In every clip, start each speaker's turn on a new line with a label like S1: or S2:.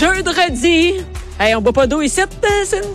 S1: Jeudi. Hey, on boit pas d'eau ici, euh, Cindy.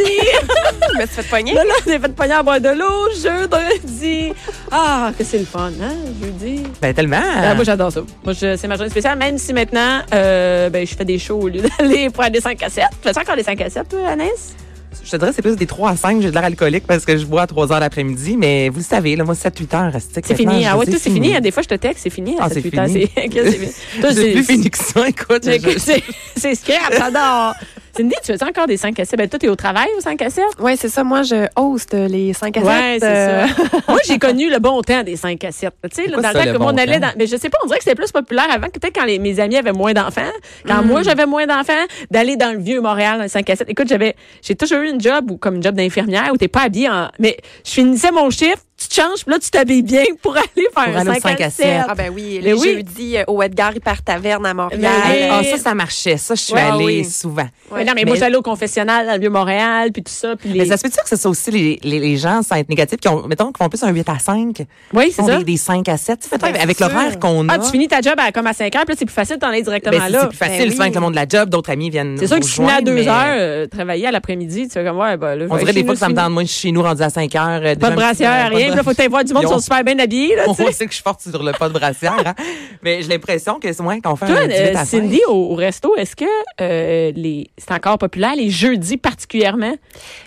S2: Mais tu fais te pogner.
S1: là, là, on est fait de pogner à boire de l'eau. Jeudi. Ah, que c'est le fun, hein, jeudi.
S2: Ben tellement.
S1: Ah, moi, j'adore ça. Moi, je- c'est ma journée spéciale, même si maintenant, euh, ben, je fais des shows au lieu d'aller faire des 5 à 7. Fais-tu encore des 5 à 7, toi, Anaïs?
S2: je te dirais c'est plus des 3 à 5, j'ai de l'air alcoolique parce que je bois à 3 heures l'après-midi, mais vous le savez, là, moi 7-8 heures,
S1: C'est fini. Ah ouais, tout, c'est fini. Des fois, je te texte, c'est fini. à
S2: Ah,
S1: cette
S2: c'est
S1: huit heures,
S2: fini.
S1: c'est- Qu'est-ce que c'est fini. Toi,
S2: C'est
S1: c'est-
S2: plus fini que ça, écoute.
S1: c'est-
S2: je-
S1: C'est c'est scrap, j'adore. Cindy, tu fais encore des 5 à 7? Ben, toi, t'es au travail aux 5 à 7?
S3: Oui, c'est ça. Moi, je host euh, les 5 à euh, 7.
S1: Ouais, c'est
S2: euh.
S1: ça. Moi, j'ai connu le bon temps des 5 à 7. Tu sais, là,
S2: quoi
S1: dans le
S2: ça,
S1: temps
S2: le
S1: que
S2: bon
S1: on allait
S2: temps?
S1: dans. Mais je sais pas, on dirait que c'était plus populaire avant, que peut-être quand les, mes amis avaient moins d'enfants,
S2: Mm.
S1: quand moi j'avais moins d'enfants, d'aller dans le vieux Montréal, dans le 5 à 7. Écoute, j'avais, j'ai toujours eu une job ou comme une job d'infirmière où t'es pas habillé en. Mais je finissais mon chiffre, tu te changes, puis là, tu t'habilles bien pour aller faire
S2: aller
S1: un
S2: au
S1: 5, à 7.
S3: Ah ben oui,
S1: Mais
S3: les
S1: oui.
S3: jeudis euh, au Edgar Hyper Taverne à
S1: Ben
S3: Montréal.
S1: oui.
S2: Ah, ça, ça marchait. Ça, je suis
S3: Ouais,
S2: allée
S3: oui.
S2: souvent.
S1: Mais non, mais, moi,
S2: Mais-
S1: j'allais au confessionnal dans le vieux Montréal, puis tout ça. Puis les...
S2: Mais ça se peut que ce soit aussi les, les, les gens sans être négatifs qui ont, mettons, qui font plus un 8 à 5, qui
S1: oui, c'est
S2: font
S1: ça.
S2: des, des 5 à 7. Tu sais, peut-être
S3: Ben,
S2: avec
S3: c'est
S2: l'horaire
S3: sûr.
S2: qu'on a.
S1: Ah, tu finis ta job à, comme à 5 heures, puis là, c'est plus facile d'en aller
S2: ben,
S1: directement
S2: c'est-
S1: là.
S2: c'est plus facile,
S3: Ben oui.
S2: souvent avec le monde de la job, d'autres amis viennent.
S1: C'est sûr que
S2: nous
S1: si je finis à
S2: rejoindre,
S1: deux
S2: mais
S1: heures, euh, travailler à l'après-midi, tu fais comme, ouais, ben là, je
S2: On
S1: vais chez
S2: dirait des fois
S1: nous,
S2: que ça
S1: chez
S2: me
S1: nous.
S2: tente moins de chez nous rendu à 5 heures. euh, déjà
S1: Pas
S2: un
S1: de
S2: petit-
S1: brassière,
S2: euh, pas
S1: rien. Puis là, faut que t'ailles voir du monde, ils sont
S2: Ils ont-
S1: super bien habillés, là, tu sais.
S2: On sait que je suis forte sur le pas de brassière, hein. Mais j'ai l'impression que c'est moins qu'on fait
S1: Toi,
S2: un 18
S1: euh,
S2: à 5.
S1: Cindy, au, au resto, est-ce que euh, les c'est encore populaire, les jeudis particulièrement?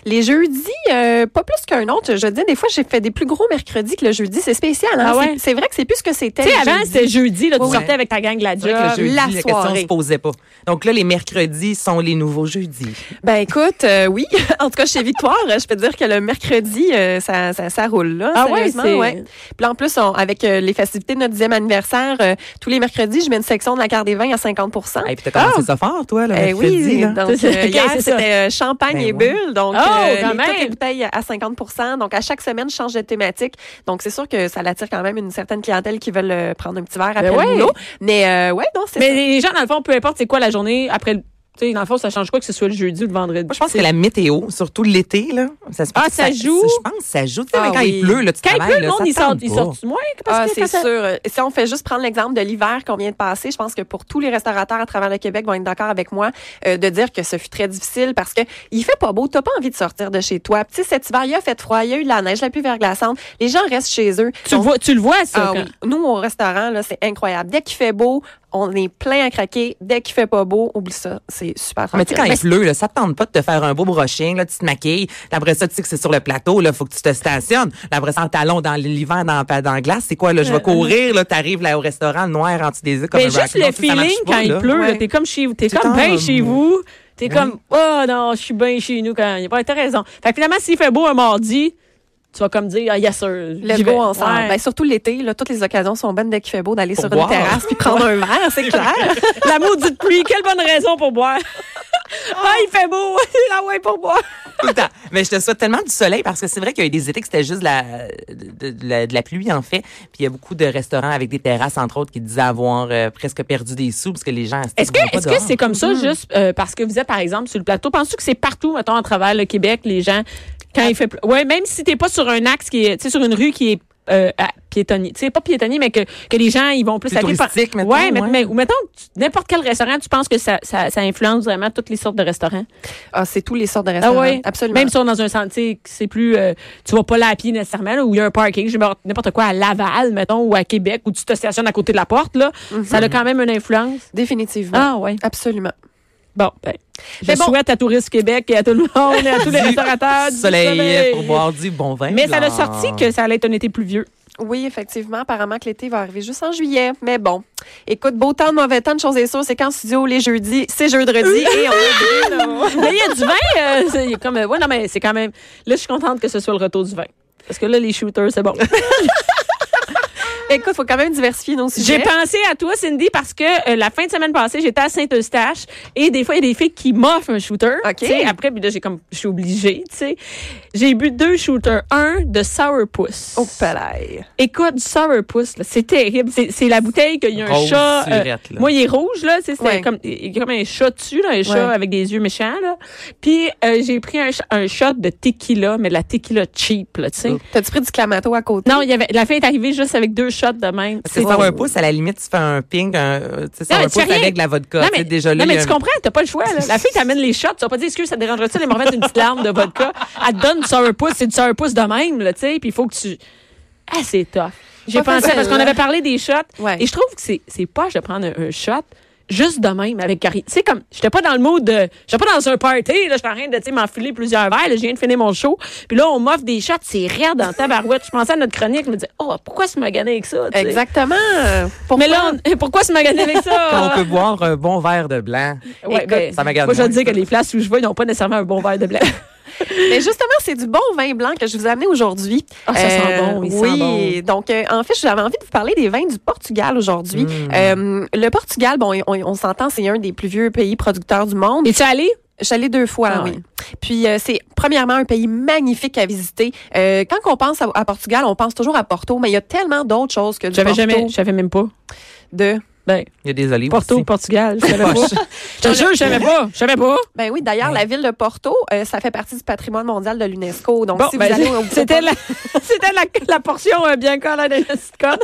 S3: Les jeudis, euh, pas plus qu'un autre. Je dis, des fois, j'ai fait des plus gros mercredis que le jeudi. C'est spécial. hein?
S1: Ah ouais?
S3: C'est- C'est vrai que c'est plus ce que c'était.
S1: Tu sais,
S3: le
S1: avant,
S3: jeudi.
S1: c'était jeudi, là, tu
S3: Ben, Ouais,
S1: sortais avec ta gang de euh, la
S2: C'est vrai que le
S1: job.
S2: jeudi,
S3: la
S2: la, question
S3: soirée.
S2: ne se posait pas. Donc là, les mercredis sont les nouveaux jeudis.
S3: Ben écoute, euh, oui. en tout cas, chez Victoire, je peux te dire que le mercredi, euh, ça, ça, ça roule là.
S1: Ah ouais,
S3: sérieusement,
S1: c'est-
S3: Puis là, en plus, on- avec euh, les festivités de notre dixième anniversaire, euh, tous les mercredis, je mets une section de la carte des vins à 50
S1: Hein?
S2: Et puis t'as
S1: Ah!
S2: commencé ça fort, toi, le
S3: Eh
S2: mercredi.
S3: oui,
S2: là.
S3: donc
S1: C'est ça.
S3: euh,
S1: Euh, Ok,
S3: hier
S1: c'est ça.
S3: c'était euh, champagne
S2: Ben
S3: et
S2: ouais.
S3: bulles, donc
S1: Oh, quand
S3: euh, les- toutes
S1: même.
S3: les bouteilles à 50 Donc à chaque semaine, je change de thématique. Donc c'est sûr que ça l'attire quand même une certaine clientèle qui veulent euh, prendre un petit verre après
S1: Ben ouais.
S3: le boulot. Mais euh, ouais, non, c'est
S1: Mais
S3: ça.
S1: les gens, dans le fond, peu importe c'est quoi la journée, après, le- tu sais, dans le fond, ça change quoi que ce soit le jeudi ou le vendredi?
S2: Moi, je pense que la météo, surtout l'été, là, ça se
S1: Ah,
S2: peut que
S1: ça joue?
S2: Je pense que ça joue. Tu sais,
S3: Ah
S2: mais quand
S3: oui.
S2: il pleut, là, tu
S1: Quand il
S2: travailles,
S1: pleut, le
S2: là,
S1: monde,
S2: ça
S1: ils
S2: tente
S1: sortent, ils
S2: pas.
S1: sortent moins? Parce
S3: Ah,
S1: que
S3: c'est
S1: ça-
S3: sûr. Euh, Si on fait juste prendre l'exemple de l'hiver qu'on vient de passer, je pense que pour tous les restaurateurs à travers le Québec vont être d'accord avec moi euh, de dire que ce fut très difficile parce que il fait pas beau, t'as pas envie de sortir de chez toi. Puis, Tu sais, cet hiver, il a fait froid, il y a eu de la neige, la pluie verglaçante. Les gens restent chez eux.
S1: Tu, le
S3: Donc,
S1: vois, tu le vois, ça.
S3: Ah
S1: quand-
S3: oui. Nous, au restaurant, là, c'est incroyable. Dès qu'il fait beau, on est plein à craquer. Dès qu'il fait pas beau, oublie ça. C'est super
S2: Ah, Mais tu sais, quand
S3: tranquille.
S2: il pleut, là, ça te tente pas de te faire un beau brushing, là, tu te maquilles. Puis Après ça, tu sais que c'est sur le plateau, là, faut que tu te stationnes. Puis Après ça, en talon, dans l'hiver, dans, dans la glace, c'est quoi, là, je vais courir, là, t'arrives, là, au restaurant, noir, en dessous des yeux, comme
S1: Euh, Mais
S2: un
S1: juste
S2: raccoon,
S1: le
S2: ça, ça marche
S1: feeling
S2: pas,
S1: quand il
S2: là.
S1: pleut, là,
S3: Ouais.
S1: t'es comme chez vous, t'es
S2: T'es
S1: comme bien
S2: comme-
S1: chez vous. T'es
S2: Oui.
S1: comme, oh non, je suis bien chez nous quand il n'y a pas t'as raison. Fait que finalement, s'il fait beau un mardi, tu vas comme dire, ah, yes, sir.
S3: Let's
S1: j'y vais.
S3: go ensemble.
S1: Ouais.
S3: Ben, surtout l'été, là, toutes les occasions sont bonnes dès qu'il fait beau d'aller
S2: Pour
S3: sur
S2: boire.
S3: une terrasse puis prendre un verre, c'est clair.
S1: La maudite pluie, quelle bonne raison pour boire. ah, il fait beau, la ouais pour boire.
S2: Tout le temps. Mais je te souhaite tellement du soleil parce que c'est vrai qu'il y a eu des étés que c'était juste de la, de, de la, de la pluie, en fait. Puis il y a beaucoup de restaurants avec des terrasses, entre autres, qui disaient avoir euh, presque perdu des sous parce que les gens.
S1: Est-ce
S2: ils vont
S1: que
S2: pas
S1: est-ce que
S2: dehors. Mm-hmm.
S1: c'est comme ça juste euh, parce que vous êtes par exemple sur le plateau Penses-tu que c'est partout mettons à travers le Québec les gens quand
S2: Ah.
S1: il fait pl- ouais même si t'es pas sur un axe qui est tu sais sur une rue qui est euh, à- piétonnier tu sais pas piétonnier mais que, que les gens ils vont plus
S2: Plus
S1: par-
S2: touristique, mettons,
S1: ouais, mais-
S2: ouais.
S1: mais- ou mettons que tu- n'importe quel restaurant tu penses que ça, ça, ça influence vraiment toutes les sortes de restaurants
S3: Ah, c'est tous les sortes de restaurants.
S1: ouais.
S3: Absolument.
S1: même si on est dans un sentier que c'est plus euh, tu vas pas là à pied nécessairement là, où il y a un parking je vais voir n'importe quoi à Laval mettons ou à Québec où tu te stationnes à côté de la porte là
S2: Mm-hmm.
S1: ça a quand même une influence
S3: Définitivement.
S1: ah ouais
S3: Absolument.
S1: Bon, ben. Je
S3: Mais bon.
S1: souhaite à Tourisme Québec et à tout le monde et à tous les restaurateurs du
S2: soleil, pour boire du bon vin.
S1: Mais ça a
S2: blanc.
S1: sorti que ça allait être un été pluvieux.
S3: Oui, effectivement. Apparemment que l'été va arriver juste en juillet. Mais bon. Écoute, beau temps, mauvais temps, une chose est sûre, c'est qu'en studio, les jeudis, c'est jeudi et on est bien, là.
S1: Mais il y a du vin. euh, c'est- il y a comme, euh, ouais, non, mais c'est quand même. Là, je suis contente que ce soit le retour du vin. Parce que là, les shooters, c'est bon.
S3: Écoute, faut quand même diversifier nos sujets.
S1: J'ai pensé à toi, Cindy, parce que euh, la fin de semaine passée, j'étais à Saint-Eustache et des fois, il y a des filles qui m'offrent un shooter.
S3: OK.
S1: tu sais. Après, puis là, j'ai comme, je suis obligée, tu sais. J'ai bu deux shooters. Un de Sourpuss.
S3: Au palais.
S1: Écoute, du sourpuss, là, c'est terrible. C'est c'est la bouteille qu'il y a un
S2: Rose
S1: chat. euh,
S2: surette, là.
S1: moi, il est rouge, là. C'est c'est
S3: Ouais.
S1: comme, il y a comme un chat dessus, là, un chat
S3: Ouais.
S1: avec des yeux méchants, là. Puis, euh, j'ai pris un, ch- un shot de tequila, mais de la tequila cheap, là, tu sais.
S3: T'as-tu pris du clamato à côté?
S1: Non, il y avait, la fin est arrivée juste avec deux shots de même.
S2: C'est
S1: drôle.
S2: un pouce, à la limite, tu fais un ping, un, euh, tu sais,
S1: Non, mais
S2: un
S1: tu fais
S2: pouce
S1: rien.
S2: avec de la vodka.
S1: Non,
S2: tu
S1: mais,
S2: sais, déjà, là,
S1: non,
S2: il
S1: mais
S2: y a
S1: tu
S2: un-
S1: comprends, t'as pas le choix. Là. La fille t'amène les shots, tu vas pas dire, excuse, ça te dérangerait-tu les morvelles d'une petite larme de vodka? Elle te donne du sourpuss, c'est du sourpuss de même, là, tu sais, puis il faut que tu... Ah, c'est tough. J'ai
S3: Pas
S1: pensé,
S3: facile,
S1: parce qu'on
S3: hein?
S1: avait parlé des shots,
S3: Ouais.
S1: et je trouve que c'est c'est poche de prendre un, un shot juste de même avec rien. Tu sais, comme, j'étais pas dans le mood de... J'étais pas dans un party, là, j'étais en train de, tu sais, m'enfiler plusieurs verres, là, je viens de finir mon show, puis là, on m'offre des shots, c'est raide dans ta barouette. Je pensais à notre chronique, je me disais, oh, pourquoi se maganer avec ça, tu sais?
S3: Exactement. Pourquoi?
S1: Mais là, on- pourquoi se maganer avec ça?
S2: Quand on peut boire un bon verre de blanc.
S1: Ouais,
S3: Écoute,
S1: ben,
S2: ça m'agace
S1: Moi, je veux
S2: moins.
S1: dire que les places où je vais, ils n'ont pas nécessairement un bon verre de blanc.
S3: Mais justement, c'est du bon vin blanc que je vous ai amené aujourd'hui. Euh,
S1: Ah, ça sent bon, il sent
S3: oui. Donc, euh, en fait, j'avais envie de vous parler des vins du Portugal aujourd'hui.
S1: Hmm.
S3: Euh, le Portugal, bon, on, on s'entend, c'est un des plus vieux pays producteurs du monde.
S1: Et tu es allé?
S3: Je suis allée deux fois,
S1: Ah
S3: oui.
S1: ouais.
S3: Puis euh, c'est premièrement un pays magnifique à visiter. Euh, quand on pense à, à Portugal, on pense toujours à Porto, mais il y a tellement d'autres choses que du
S1: J'avais
S3: Porto
S1: jamais, je savais même pas.
S3: de.
S1: Ben,
S2: Il y a des olives
S1: Porto,
S2: aussi.
S1: Portugal, je savais pas. Je te jure, je savais pas. Je savais pas.
S3: Ben oui, d'ailleurs, la ville de Porto, euh, ça fait partie du patrimoine mondial de l'UNESCO. Donc,
S1: Bon,
S3: si
S1: ben,
S3: vous allez au
S1: c'était la, c'était la, la portion euh, bien collée de la sitcom.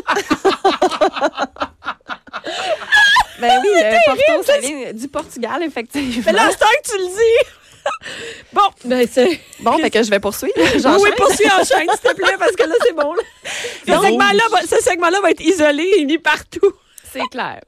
S3: Ben oui, le Porto, ça vient du Portugal, effectivement.
S1: Mais là, c'est temps que tu le dis. Bon, ben c'est.
S3: Bon, fait que je vais poursuivre.
S1: Oui,
S3: J'enchaîne.
S1: oui, poursuis en chaîne, s'il te plaît, parce que là, c'est bon. là. Ce
S2: rouge.
S1: segment-là va- ce segment-là va être isolé et mis partout.
S3: C'est clair.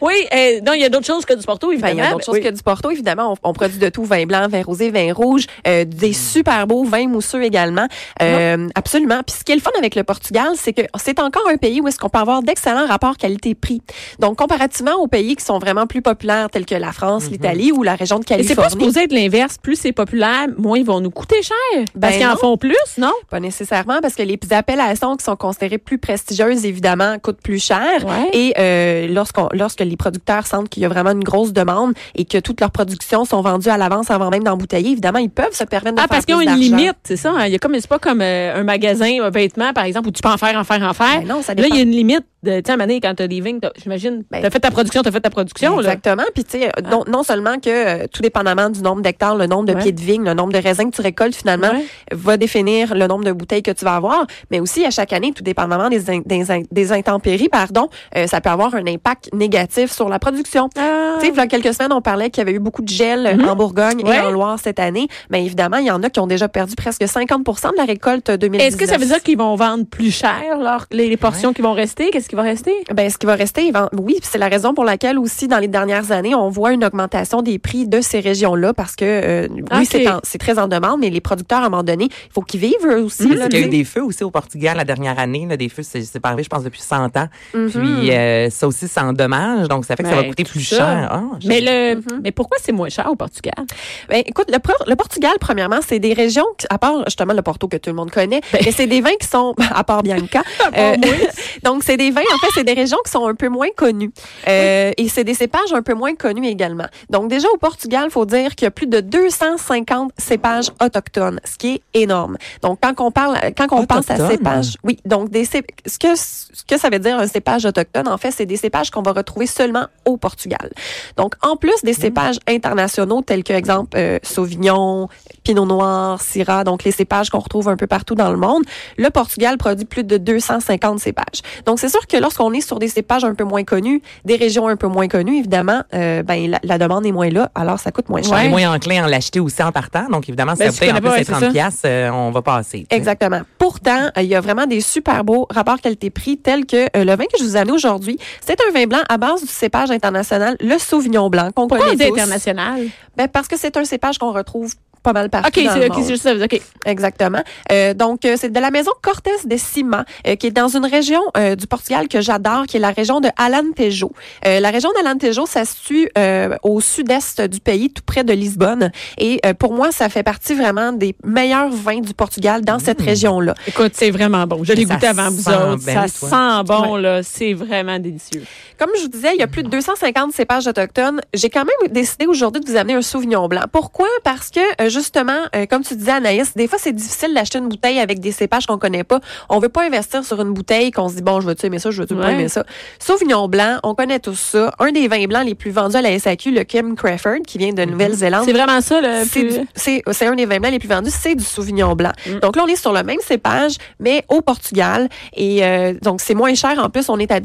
S1: Oui, euh, non, il y a d'autres choses que du Porto,
S3: Ben,
S1: évidemment.
S3: il y a d'autres choses
S1: Oui.
S3: que du Porto, évidemment. On, on produit de tout, vin blanc, vin rosé, vin rouge, euh, des super beaux vins mousseux également. Euh, absolument. Puis ce qui est le fun avec le Portugal, c'est que c'est encore un pays où est-ce qu'on peut avoir d'excellents rapports qualité-prix. Donc, comparativement aux pays qui sont vraiment plus populaires, tels que la France, l'Italie ou la région de
S1: Mhm. Et c'est pas
S3: Californie,
S1: supposé être l'inverse. Plus c'est populaire, moins ils vont nous coûter cher.
S3: Ben
S1: Parce qu'ils en
S3: non.
S1: font plus, non?
S3: Pas nécessairement, parce que les appellations qui sont considérées plus prestigieuses, évidemment, coûtent plus cher.
S1: Ouais.
S3: Et euh, lorsqu'on, lorsque les producteurs sentent qu'il y a vraiment une grosse demande et que toutes leurs productions sont vendues à l'avance avant même d'embouteiller, évidemment, ils peuvent se permettre de
S1: Ah,
S3: faire
S1: parce qu'ils ont
S3: plus
S1: une
S3: d'argent.
S1: limite, c'est ça. hein? Il y a comme, c'est pas comme euh, un magasin, un vêtement, par exemple, où tu peux en faire, en faire, en faire.
S3: Ben non, ça
S1: hein? là,
S3: dépend.
S1: il y a une limite de, tiens, Mané, quand t'as des vignes, t'as- j'imagine,
S3: Ben-
S1: t'as fait ta production, t'as fait ta production, là. Ah.
S3: Exactement. Puis, tu sais, non, non seulement que, euh, tout dépendamment du nombre d'hectares, le nombre de
S1: Ouais.
S3: pieds de vigne, le nombre de raisins que tu récoltes finalement,
S1: Ouais.
S3: va définir le nombre de bouteilles que tu vas avoir, mais aussi à chaque année, tout dépendamment des, in- des, in- des intempéries, pardon, euh, ça peut avoir un impact négatif sur la production.
S1: Ah.
S3: Tu sais, il y a quelques semaines, on parlait qu'il y avait eu beaucoup de gel euh, en Bourgogne
S1: Mhm. Ouais.
S3: et en Loire cette année. Mais évidemment, il y en a qui ont déjà perdu presque 50 de la récolte 2019.
S1: Est-ce que ça veut dire qu'ils vont vendre plus cher, leur- les, les portions qui vont rester? Qu'est-ce qui va rester?
S3: ben, ce qui va rester, éven- oui, puis c'est la raison pour laquelle aussi dans les dernières années, on voit une augmentation des prix de ces régions-là parce que euh,
S1: Ah, Ok.
S3: oui, c'est en- c'est très en demande, mais les producteurs à un moment donné, il faut qu'ils vivent eux aussi.
S1: Mhm.
S3: là,
S2: Parce qu'il y a eu
S3: tu sais.
S2: des feux aussi au Portugal la dernière année. là, des feux, c'est c'est pas arrivé, je pense, depuis 100 ans. Puis euh, ça aussi, ça endommage. Donc, ça fait que ça
S1: Mhm.
S2: va
S1: Ben,
S2: coûter
S1: tout
S2: plus
S1: ça.
S2: cher. Ah, je-
S1: Mais le,
S3: Mm-hmm.
S1: mais pourquoi c'est moins cher au Portugal?
S3: Ben, écoute, le, Por- le Portugal, premièrement, c'est des régions, qui- à part justement le Porto que tout le monde connaît, mais c'est des vins qui sont, Ben. à part Bianca, euh, donc c'est des vins, en fait, c'est des régions qui sont un peu moins connues. Euh, Et c'est des cépages un peu moins connus également. Donc déjà au Portugal, faut dire qu'il y a plus de 250 cépages autochtones, ce qui est énorme. Donc quand on parle, quand on pense à
S2: Autochtones?
S3: cépages, oui, donc des cép- ce que ce que ça veut dire un cépage autochtone, en fait, c'est des cépages qu'on va retrouver seulement au Portugal. Donc en plus des cépages internationaux tels que exemple euh, Sauvignon, Pinot Noir, Syrah, donc les cépages qu'on retrouve un peu partout dans le monde, le Portugal produit plus de 250 cépages. Donc c'est sûr que lorsqu'on est sur des cépages un peu moins connus, des régions un peu moins connues, évidemment, euh, ben la, la demande est moins là, alors ça coûte moins cher.
S2: On est moins enclin à l'acheter aussi en partant. Donc, évidemment,
S1: Ben,
S2: ça
S1: si
S2: peut
S1: tu
S2: en
S1: connais pas,
S2: plus c'est
S1: ouais,
S2: 30
S1: c'est ça.
S2: piastres, euh, on va passer. tu sais.
S3: Exactement. Pourtant, euh, il y a vraiment des super beaux rapports qualité-prix tels que euh, le vin que je vous ai amené aujourd'hui, c'est un vin blanc à base du cépage international, le Sauvignon blanc qu'on
S1: Pourquoi
S3: connaît
S1: on dit
S3: tous.
S1: international?
S3: Ben, parce que c'est un cépage qu'on retrouve pas mal partout.
S1: OK,
S3: dans
S1: c'est
S3: le
S1: ok, c'est
S3: monde.
S1: juste ça. OK.
S3: Exactement. Euh, donc, euh, c'est de la maison Cortés de Cima, euh, qui est dans une région euh, du Portugal que j'adore, qui est la région de Alentejo. Euh, la région d'Alentejo, ça se situe euh, au sud-est du pays, tout près de Lisbonne. Et euh, pour moi, ça fait partie vraiment des meilleurs vins du Portugal dans
S1: Mmh.
S3: cette région-là.
S1: Écoute, c'est vraiment bon. Je l'ai
S2: Ça
S1: goûté avant vous
S2: sent
S1: autres.
S2: bien,
S1: ça
S2: toi.
S1: sent bon, là. C'est vraiment délicieux.
S3: Comme je vous disais, il y a plus de 250 cépages autochtones. J'ai quand même décidé aujourd'hui de vous amener un Sauvignon blanc. Pourquoi? Parce que, euh, justement, euh, comme tu disais, Anaïs, des fois, c'est difficile d'acheter une bouteille avec des cépages qu'on connaît pas. On veut pas investir sur une bouteille qu'on se dit, bon, je veux-tu aimer ça, je veux-tu pas
S1: Ouais.
S3: aimer ça. Sauvignon blanc, on connaît tous ça. Un des vins blancs les plus vendus à la SAQ, le Kim Crawford, qui vient de Nouvelle-Zélande.
S1: Mm-hmm.
S2: Hein?
S1: C'est vraiment ça, le
S3: C'est
S1: plus...
S3: du- C'est c'est un des vins blancs les plus vendus, c'est du Sauvignon blanc. Donc là, on est sur le même cépage, mais au Portugal. Et euh, donc, c'est moins cher. En plus, on est à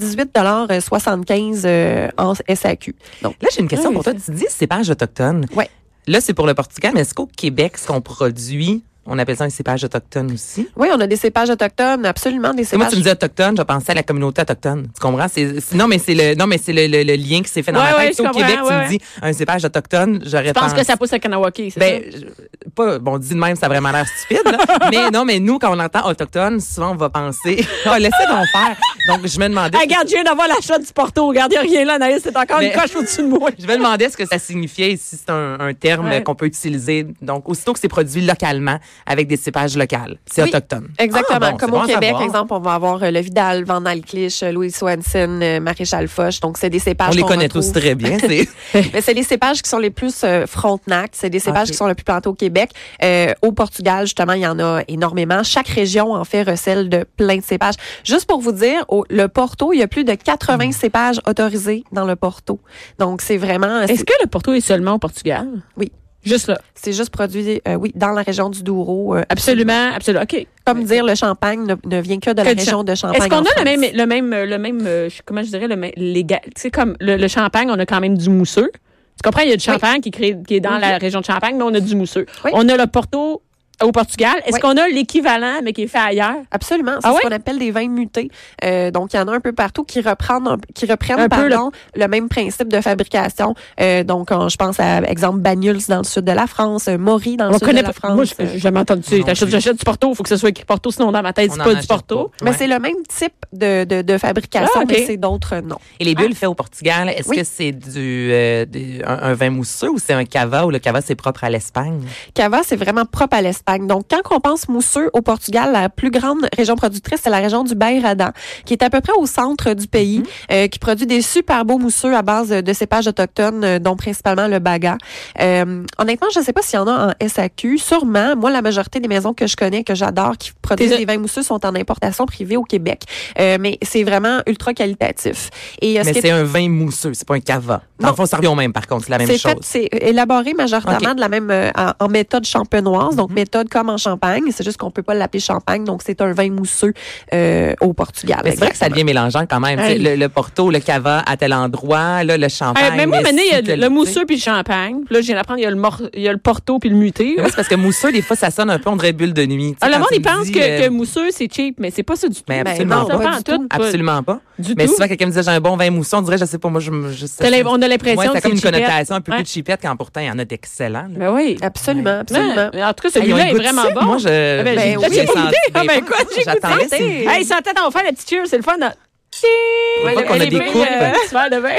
S3: 18,75 euh, en SAQ. Donc,
S2: Là, j'ai une question
S1: Oui,
S2: pour toi. Tu dis cépage autochtone.
S3: Ouais.
S2: Là, c'est pour le Portugal, mais est-ce qu'au Québec, ce qu'on produit, on appelle ça un cépage autochtone aussi?
S3: oui, on a des cépages autochtones, absolument des
S2: Et Moi,
S3: cépages.
S2: tu me dis autochtone, je pensais à la communauté autochtone. Tu comprends? C'est- c'est- non, mais c'est le, non, mais c'est le, le- le lien qui s'est fait dans
S1: Ouais,
S2: ma
S1: ouais,
S2: tête.
S1: je
S2: Au
S1: comprends,
S2: Québec, tu
S1: ouais,
S2: me dis un cépage autochtone, j'aurais
S1: Je pense que ça pousse à Kanawaki, c'est
S2: Ben,
S1: ça?
S2: je- pas, bon, dit de même, ça a vraiment l'air stupide, là. mais non, mais nous, quand on entend autochtone, souvent, on va penser, oh, laissez donc faire. Donc, je me demandais.
S1: Ah, regarde, je viens d'avoir l'achat du Porto. Regarde, il a rien là, Anaïs. C'est encore
S2: Mais-
S1: une coche au-dessus de moi.
S2: Je me demandais ce que ça signifiait et si c'est un, un terme
S1: Ouais.
S2: qu'on peut utiliser. Donc, aussitôt que c'est produit localement avec des cépages locales, c'est
S3: Oui,
S2: autochtone.
S3: Exactement.
S2: Ah, bon,
S3: Comme
S2: c'est
S3: au
S2: bon à
S3: Québec,
S2: savoir.
S3: par exemple, on va avoir euh, le Vidal, Van Alclich, Louis Swanson, euh, Maréchal Foch. Donc, c'est des cépages
S2: On les
S3: qu'on
S2: connaît
S3: retrouve.
S2: tous très bien. c'est-
S3: Mais c'est les cépages qui sont les plus euh, frontenac. C'est
S1: Ah,
S3: des cépages
S2: Ok.
S3: qui sont le plus plantés au Québec. Euh, au Portugal, justement, il y en a énormément. Chaque région, en fait, recèle de plein de cépages. Juste pour vous dire, au, le Porto, il y a plus de 80
S1: Hmm.
S3: cépages autorisés dans le Porto. Donc, c'est vraiment...
S1: Est-ce
S3: C'est
S1: que le Porto est seulement au Portugal?
S3: Oui.
S1: Juste là.
S3: c'est juste produit, euh, oui, dans la région du Douro. euh,
S1: Absolument, absolument. OK.
S3: Comme dire, le champagne ne, ne vient que de la
S1: Que du
S3: région de Champagne.
S1: Est-ce qu'on
S3: en
S1: a
S3: France.
S1: le même, le même, le même, euh, je- comment je dirais, le même, légal, tu sais, comme le, le champagne, on a quand même du mousseux. Tu comprends? Il y a du champagne qui, crée, qui est dans la région de Champagne, mais on a du mousseux.
S3: Oui.
S1: On a le Porto euh, au Portugal. Est-ce
S3: Oui.
S1: qu'on a l'équivalent, mais qui est fait ailleurs?
S3: Absolument. C'est
S1: Ah
S3: ce
S1: ouais?
S3: qu'on appelle des vins mutés. Euh, donc, il y en a un peu partout qui reprennent, un- qui reprennent
S1: Un peu le-
S3: pardon, le... même principe de fabrication. Euh, donc, en- je pense à, exemple, Banyuls dans le sud de la France, euh, Maury dans le
S1: on
S3: sud de
S1: connaît
S3: la
S1: pas.
S3: France. euh,
S1: Moi, j'ai jamais entendu.
S2: Non
S1: J'achète
S2: plus.
S1: j'achète du Porto. Il faut que ce soit écrit Porto, sinon dans ma tête,
S2: On
S1: c'est
S2: en
S1: pas du
S2: achète
S1: Porto.
S2: pas.
S3: mais
S2: Ouais.
S3: c'est le même type de, de, de fabrication,
S1: Ah, ok.
S3: mais c'est d'autres noms.
S2: Et les
S1: Ah.
S2: bulles faites au Portugal, est-ce
S3: Oui.
S2: que c'est du euh, des- un, un vin mousseux ou c'est un cava ou le cava c'est propre à l'Espagne?
S3: Cava, c'est vraiment propre à l'Espagne. Donc, quand on pense mousseux au Portugal, la plus grande région productrice, c'est la région du Beiradan, qui est à peu près au centre du
S2: Mhm.
S3: pays, euh, qui produit des super beaux mousseux à base de cépages autochtones, euh, dont principalement le baga. Euh, honnêtement, je ne sais pas s'il y en a en SAQ. Sûrement, moi, la majorité des maisons que je connais, que j'adore, qui produisent
S1: T'es-
S3: des vins mousseux, sont en importation privée au Québec. Euh, mais c'est vraiment ultra qualitatif. Et euh, ce
S2: Mais
S3: qui est
S2: c'est un vin mousseux, c'est pas un cava. Dans
S3: Non.
S2: le fond, ça revient au même par contre, c'est la même
S3: c'est
S2: chose.
S3: fait, c'est élaboré majoritairement de la même euh, en- en méthode champenoise,
S2: Mhm.
S3: donc méthode comme en Champagne. C'est juste qu'on peut pas l'appeler Champagne, donc c'est un vin mousseux euh, au Portugal.
S2: Mais c'est vrai que ça
S3: Exactement.
S2: devient mélangeant quand même.
S1: Hey.
S2: Tu sais, Le, le Porto, le cava à tel endroit, là, le champagne.
S1: Eh, mais moi,
S2: le
S1: maintenant, il y a
S2: si,
S1: le,
S2: tu sais.
S1: mousseux puis le champagne. Puis là, je viens d'apprendre, il y a le, mor- il y a le Porto puis le muté.
S2: Mais moi, c'est parce que mousseux, des fois, ça sonne un peu, on dirait bulle de nuit. Tu sais,
S1: Ah, le
S2: quand
S1: monde,
S2: tu
S1: il
S2: me
S1: pense
S2: dis,
S1: que,
S2: euh,
S1: que mousseux, c'est cheap, mais c'est pas ça du tout.
S2: Mais
S3: Ben
S2: absolument
S3: non,
S2: pas.
S1: Ça
S3: pas
S1: pas
S3: du
S1: en tout. pas
S2: Absolument pas.
S1: Du
S2: Mais
S1: tout.
S2: souvent, quelqu'un me disait, j'ai un bon vin mousseux, on dirait, je sais pas, moi, je, me- je
S1: T'as l'im- On a l'impression
S2: Ouais, ça
S1: que
S2: a comme
S1: c'est
S2: une
S1: cheapette.
S2: connotation un peu
S1: Ouais.
S2: plus cheapette quand pourtant il y en a d'excellents. là.
S1: Ben oui.
S3: Absolument, absolument.
S1: Mais en tout cas,
S2: Hey, ils
S1: celui-là
S2: ont un
S1: est
S2: goût de
S1: vraiment
S2: sucre.
S1: bon.
S2: Moi, je.
S1: Ah,
S3: ben
S2: j'ai-
S3: oui.
S2: j'ai
S1: j'ai pas
S2: senti-
S1: goûté. Ah,
S2: ben,
S1: ben quoi, j'ai
S2: J'attendais.
S1: goûté.
S2: c'est-
S1: Hey, ça tête, on va faire la petite cheer, c'est le fun. hein.
S2: Ouais,
S1: Les-
S2: qu'on a
S1: les
S2: des
S1: filles,
S2: coupes.
S1: euh, petit verre de vin.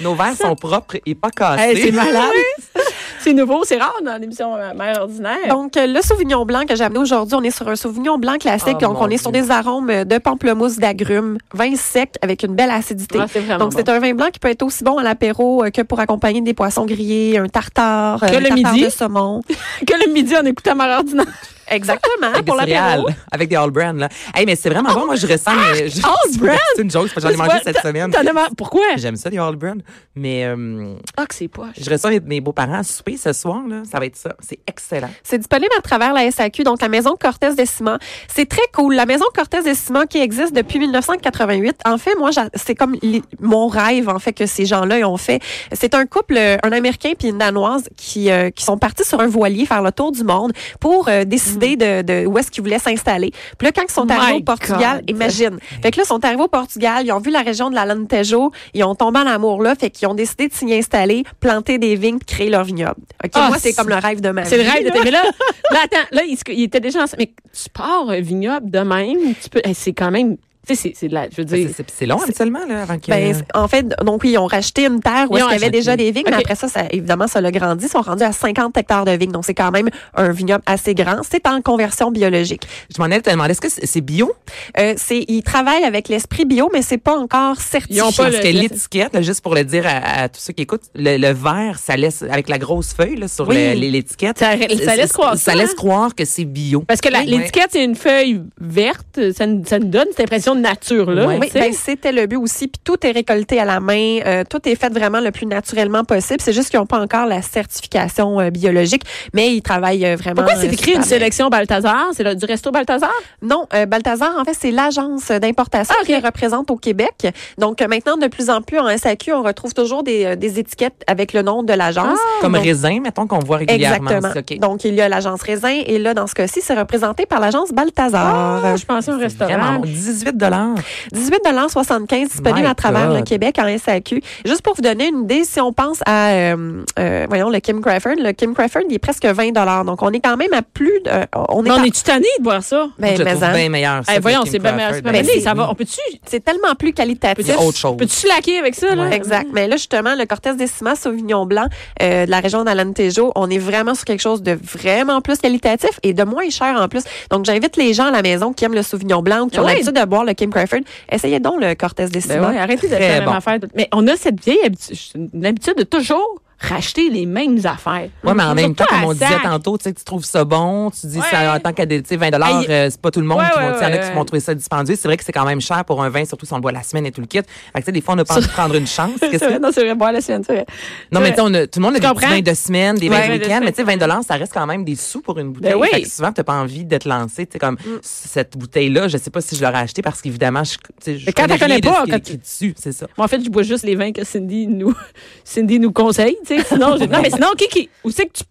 S2: Nos verres sont propres et pas cassés.
S1: Hey, c'est malade. C'est nouveau, c'est rare dans l'émission euh, Mère ordinaire.
S3: Donc, euh, le Sauvignon blanc que j'ai amené aujourd'hui, on est sur un Sauvignon blanc classique.
S2: Oh,
S3: donc, on
S2: mon
S3: est sur
S2: Dieu.
S3: des arômes euh, de pamplemousse, d'agrumes, vin sec avec une belle acidité.
S1: Ah, c'est vraiment
S3: donc, c'est un vin blanc qui peut être aussi bon à l'apéro euh, que pour accompagner des poissons grillés, un tartare, euh,
S1: Que
S3: un
S1: le
S3: tartare
S1: midi.
S3: de saumon.
S1: que le midi, on écoutait Mère ordinaire.
S3: Exactement,
S1: Ah,
S2: Avec des
S3: pour l'apéro.
S2: céréales, avec des all brand là. Hey, mais c'est vraiment bon. Moi, je ressens. mais je-
S1: Ah, all brand?
S2: C'est une joke, c'est parce que j'en ai mangé cette semaine.
S1: T'en as mar- Pourquoi?
S2: J'aime ça les all brand, mais euh,
S1: Ah, que c'est poche.
S2: je ressens mes- mes beaux-parents à souper ce soir là. Ça va être ça. C'est excellent.
S3: C'est disponible à travers la SAQ, donc la Maison Cortès des Ciments. C'est très cool. La Maison Cortès des Ciments qui existe depuis 1988. En fait, moi, j'a- c'est comme li- mon rêve, en fait, que ces gens-là ont fait. C'est un couple, euh, un Américain puis une Danoise, qui, euh, qui sont partis sur un voilier faire le tour du monde pour euh, décider idée de, de où est-ce qu'ils voulaient s'installer. Puis là, quand ils sont arrivés
S1: Mm. My
S3: au Portugal,
S1: God.
S3: imagine. Fait que là, ils sont arrivés au Portugal, ils ont vu la région de la Lantejo, ils ont tombé en amour là, fait qu'ils ont décidé de s'y installer, planter des vignes, puis créer leur vignoble. OK,
S1: Ah,
S3: moi, c'est
S1: c'est-
S3: comme le rêve de ma vie.
S1: C'est le rêve de ta- Mais là, là, attends, là, il, se- il était déjà ensemble. Mais tu pars un vignoble de même, tu peux, eh, c'est quand même, tu sais, c'est, c'est de la, je veux dire.
S2: C'est- c'est- C'est long habituellement là, avant que.
S3: Ben, c'est- en fait, donc oui, ils ont racheté une terre
S1: Ils
S3: où est-ce
S1: ont
S3: qu'il y avait
S2: racheté.
S3: déjà des vignes,
S1: Ok.
S3: mais après ça, ça, évidemment, ça l'a grandi. Ils sont rendus à 50 hectares de vignes, donc c'est quand même un vignoble assez grand. C'est en conversion biologique.
S2: Je m'en ai te demander, est-ce que c'est c'est bio?
S3: Euh, c'est, ils travaillent avec l'esprit bio, mais c'est pas encore certifié.
S1: Ils ont pas
S2: Parce
S1: le-
S2: que
S1: le-
S2: l'étiquette, là, juste pour le dire à, à tous ceux qui écoutent, le, le vert, ça laisse, avec la grosse feuille là, sur
S1: Oui.
S2: le- l'étiquette,
S1: Ça- ça laisse croire
S2: ça
S1: ça,
S2: laisse
S1: hein?
S2: croire que c'est bio.
S1: Parce que la-
S2: Oui.
S1: l'étiquette, c'est une feuille verte, ça nous, ça nous donne cette impression de nature, là.
S2: Oui.
S1: tu
S3: Oui,
S1: sais.
S3: ben, c'était le but aussi. Puis tout est récolté à la main, euh, tout est fait vraiment le plus naturellement possible. C'est juste qu'ils n'ont pas encore la certification euh, biologique, mais ils travaillent euh, vraiment.
S1: Pourquoi c'est
S3: euh,
S1: écrit
S3: super
S1: une
S3: bien.
S1: sélection Balthazar? C'est le- du resto Balthazar?
S2: Ah,
S3: Non, euh, Balthazar, en fait, c'est l'agence d'importation
S1: Ah, ok.
S3: qui les représente au Québec. Donc euh, maintenant, de plus en plus en SAQ, on retrouve toujours des, euh, des étiquettes avec le nom de l'agence.
S2: Ah.
S1: Ah.
S2: Comme
S3: Donc,
S2: raisin, mettons qu'on voit régulièrement.
S3: Exactement.
S2: C'est ok.
S3: Donc, il y a l'agence Raisin et là, dans ce cas-ci, c'est représenté par l'agence Balthazar.
S1: Ah, je pensais au
S2: ben, C'est
S1: restaurant.
S2: vraiment bon. 18 dollars.
S3: 18,75 disponible
S2: My
S3: à travers
S2: God.
S3: le Québec en SAQ. Juste pour vous donner une idée, si on pense à, euh, euh, voyons, le Kim Crawford, le Kim Crawford, il est presque 20 Donc, on est quand même à plus de... euh, on est
S1: Mais on
S3: en-
S1: est-tu tanné de boire ça?
S3: Ben,
S2: je le
S3: mais
S2: trouve
S3: en-
S2: bien meilleur. ça,
S1: Eh,
S2: que
S1: voyons,
S2: Kim
S1: c'est bien meilleur.
S2: Crawford.
S1: c'est bien
S2: Ben,
S1: meilleur.
S2: c'est-
S1: Ça va. On peut-tu,
S3: c'est tellement plus qualitatif.
S1: peux-tu,
S2: autre chose.
S1: peux-tu laquer avec ça, là?
S3: Exact. Mais là, justement, le Cortez Décima Sauvignon Blanc euh, de la région d'Alentejo, on est vraiment sur quelque chose de vraiment plus qualitatif et de moins cher en plus. Donc, j'invite les gens à la maison qui aiment le Sauvignon Blanc ou qui ont
S1: Ouais.
S3: l'habitude de boire le Kim Crawford, essayez donc le Cortez Décima.
S1: Ben ouais, arrêtez de
S2: Très
S1: faire la même
S2: bon.
S1: affaire. Mais on a cette vieille habitude, une habitude de toujours racheter les mêmes affaires.
S2: Ouais, mais en même
S1: Surtout
S2: temps, comme
S1: à
S2: on disait
S1: sac.
S2: tantôt, tu sais, que tu trouves ça bon, tu dis
S1: Ouais.
S2: ça en tant qu'à des, tu sais, 20 dollars,
S1: Aïe.
S2: euh, c'est pas tout le monde
S1: Ouais,
S2: qui
S1: ouais,
S2: vont, tu sais, il y en a
S1: ouais.
S2: qui vont trouver ça dispendieux. C'est vrai que c'est quand même cher pour un vin, surtout si on le boit la semaine et tout le kit. Fait que, tu sais, des fois, on n'a pas envie de prendre une chance. Qu'est-ce
S1: C'est
S2: que-
S1: vrai, non, c'est vrai, boire la semaine, c'est vrai.
S2: Non, mais tu sais, on a- tout le monde a
S1: Tu
S2: des
S1: comprends?
S2: petits vins de semaine, des vins
S1: Ouais,
S2: de
S1: ouais,
S2: week-end,
S1: je
S2: mais tu sais, 20 dollars, ça reste quand même des sous pour une bouteille.
S1: Ben oui. Mm.
S2: Fait que souvent, t'as pas envie d'être lancé. Tu sais, comme cette bouteille-là, je sais pas si je l'aurais achetée parce qu'évidemment, je, tu sais, je
S1: Mais quand t'en
S2: rien
S1: connais
S2: de
S1: pas,
S2: ce qui est
S1: quand tu-
S2: écrit dessus, c'est ça.
S1: Moi, en fait, je bois juste les vins que Cindy nous, Cindy nous conseille, tu sais. Sinon, j'ai- non, mais sinon, Kiki, où c'est que tu,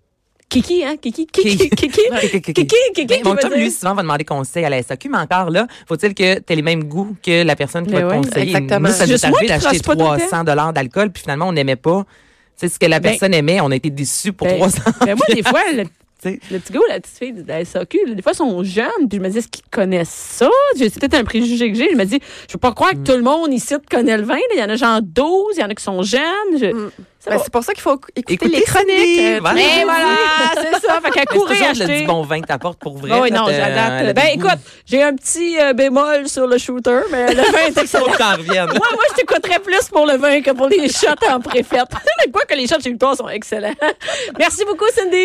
S1: Kiki, hein, Kiki, Kiki, Kiki, Kiki, Kiki, Kiki,
S2: Ben,
S1: qui
S2: Mon
S1: veut
S2: chum,
S1: dire-
S2: lui, souvent, va demander conseil à la SAQ, mais encore là, faut-il que tu aies les mêmes goûts que la personne qui
S1: Mais
S2: va
S1: oui,
S2: te conseiller. Nous,
S3: exactement.
S2: ça
S1: C'est
S2: nous
S1: juste
S2: est
S1: moi
S2: arrivé
S1: qui
S2: d'acheter
S1: trace pas tout le temps.
S2: 300 dollars d'alcool, puis finalement, on n'aimait pas. Tu sais, ce que la
S1: Ben-
S2: personne aimait, on a été déçus pour
S1: Ben,
S2: 300.
S1: Ben, moi, des fois, le,
S2: sais.
S1: le petit gars ou la petite fille de la SAQ, là, des fois, ils sont jeunes, puis je me dis, est-ce qu'ils connaissent ça? J'ai- C'est peut-être un préjugé que j'ai. Je me dis, je peux pas croire
S2: Mm.
S1: que tout le monde ici connaît le vin. là. Il y en a genre 12, il y en a qui sont jeunes. Je...
S2: Mm.
S1: Ça
S3: Ben,
S1: va.
S3: c'est pour ça qu'il faut écouter
S2: Écoutez
S3: les chroniques.
S2: Cindy,
S3: euh,
S2: voilà.
S3: tous les
S1: Et voilà,
S3: jours.
S1: c'est ça. Fait qu'à
S2: Mais c'est
S1: courir
S2: toujours
S1: acheter.
S2: le du bon vin que t'apportes pour vrai. Mm.
S1: Ah oui,
S2: là,
S1: non,
S2: t'as-
S1: j'adapte.
S2: le
S1: Ben
S2: goût.
S1: écoute, j'ai un petit euh, bémol sur le shooter, mais le vin est
S2: Faut
S1: excellent.
S2: que t'en reviennes.
S1: Moi, moi, je t'écouterais plus pour le vin que pour les shots en préfète. Mais quoi que les shots chez Victoire sont excellents. Merci beaucoup, Cindy.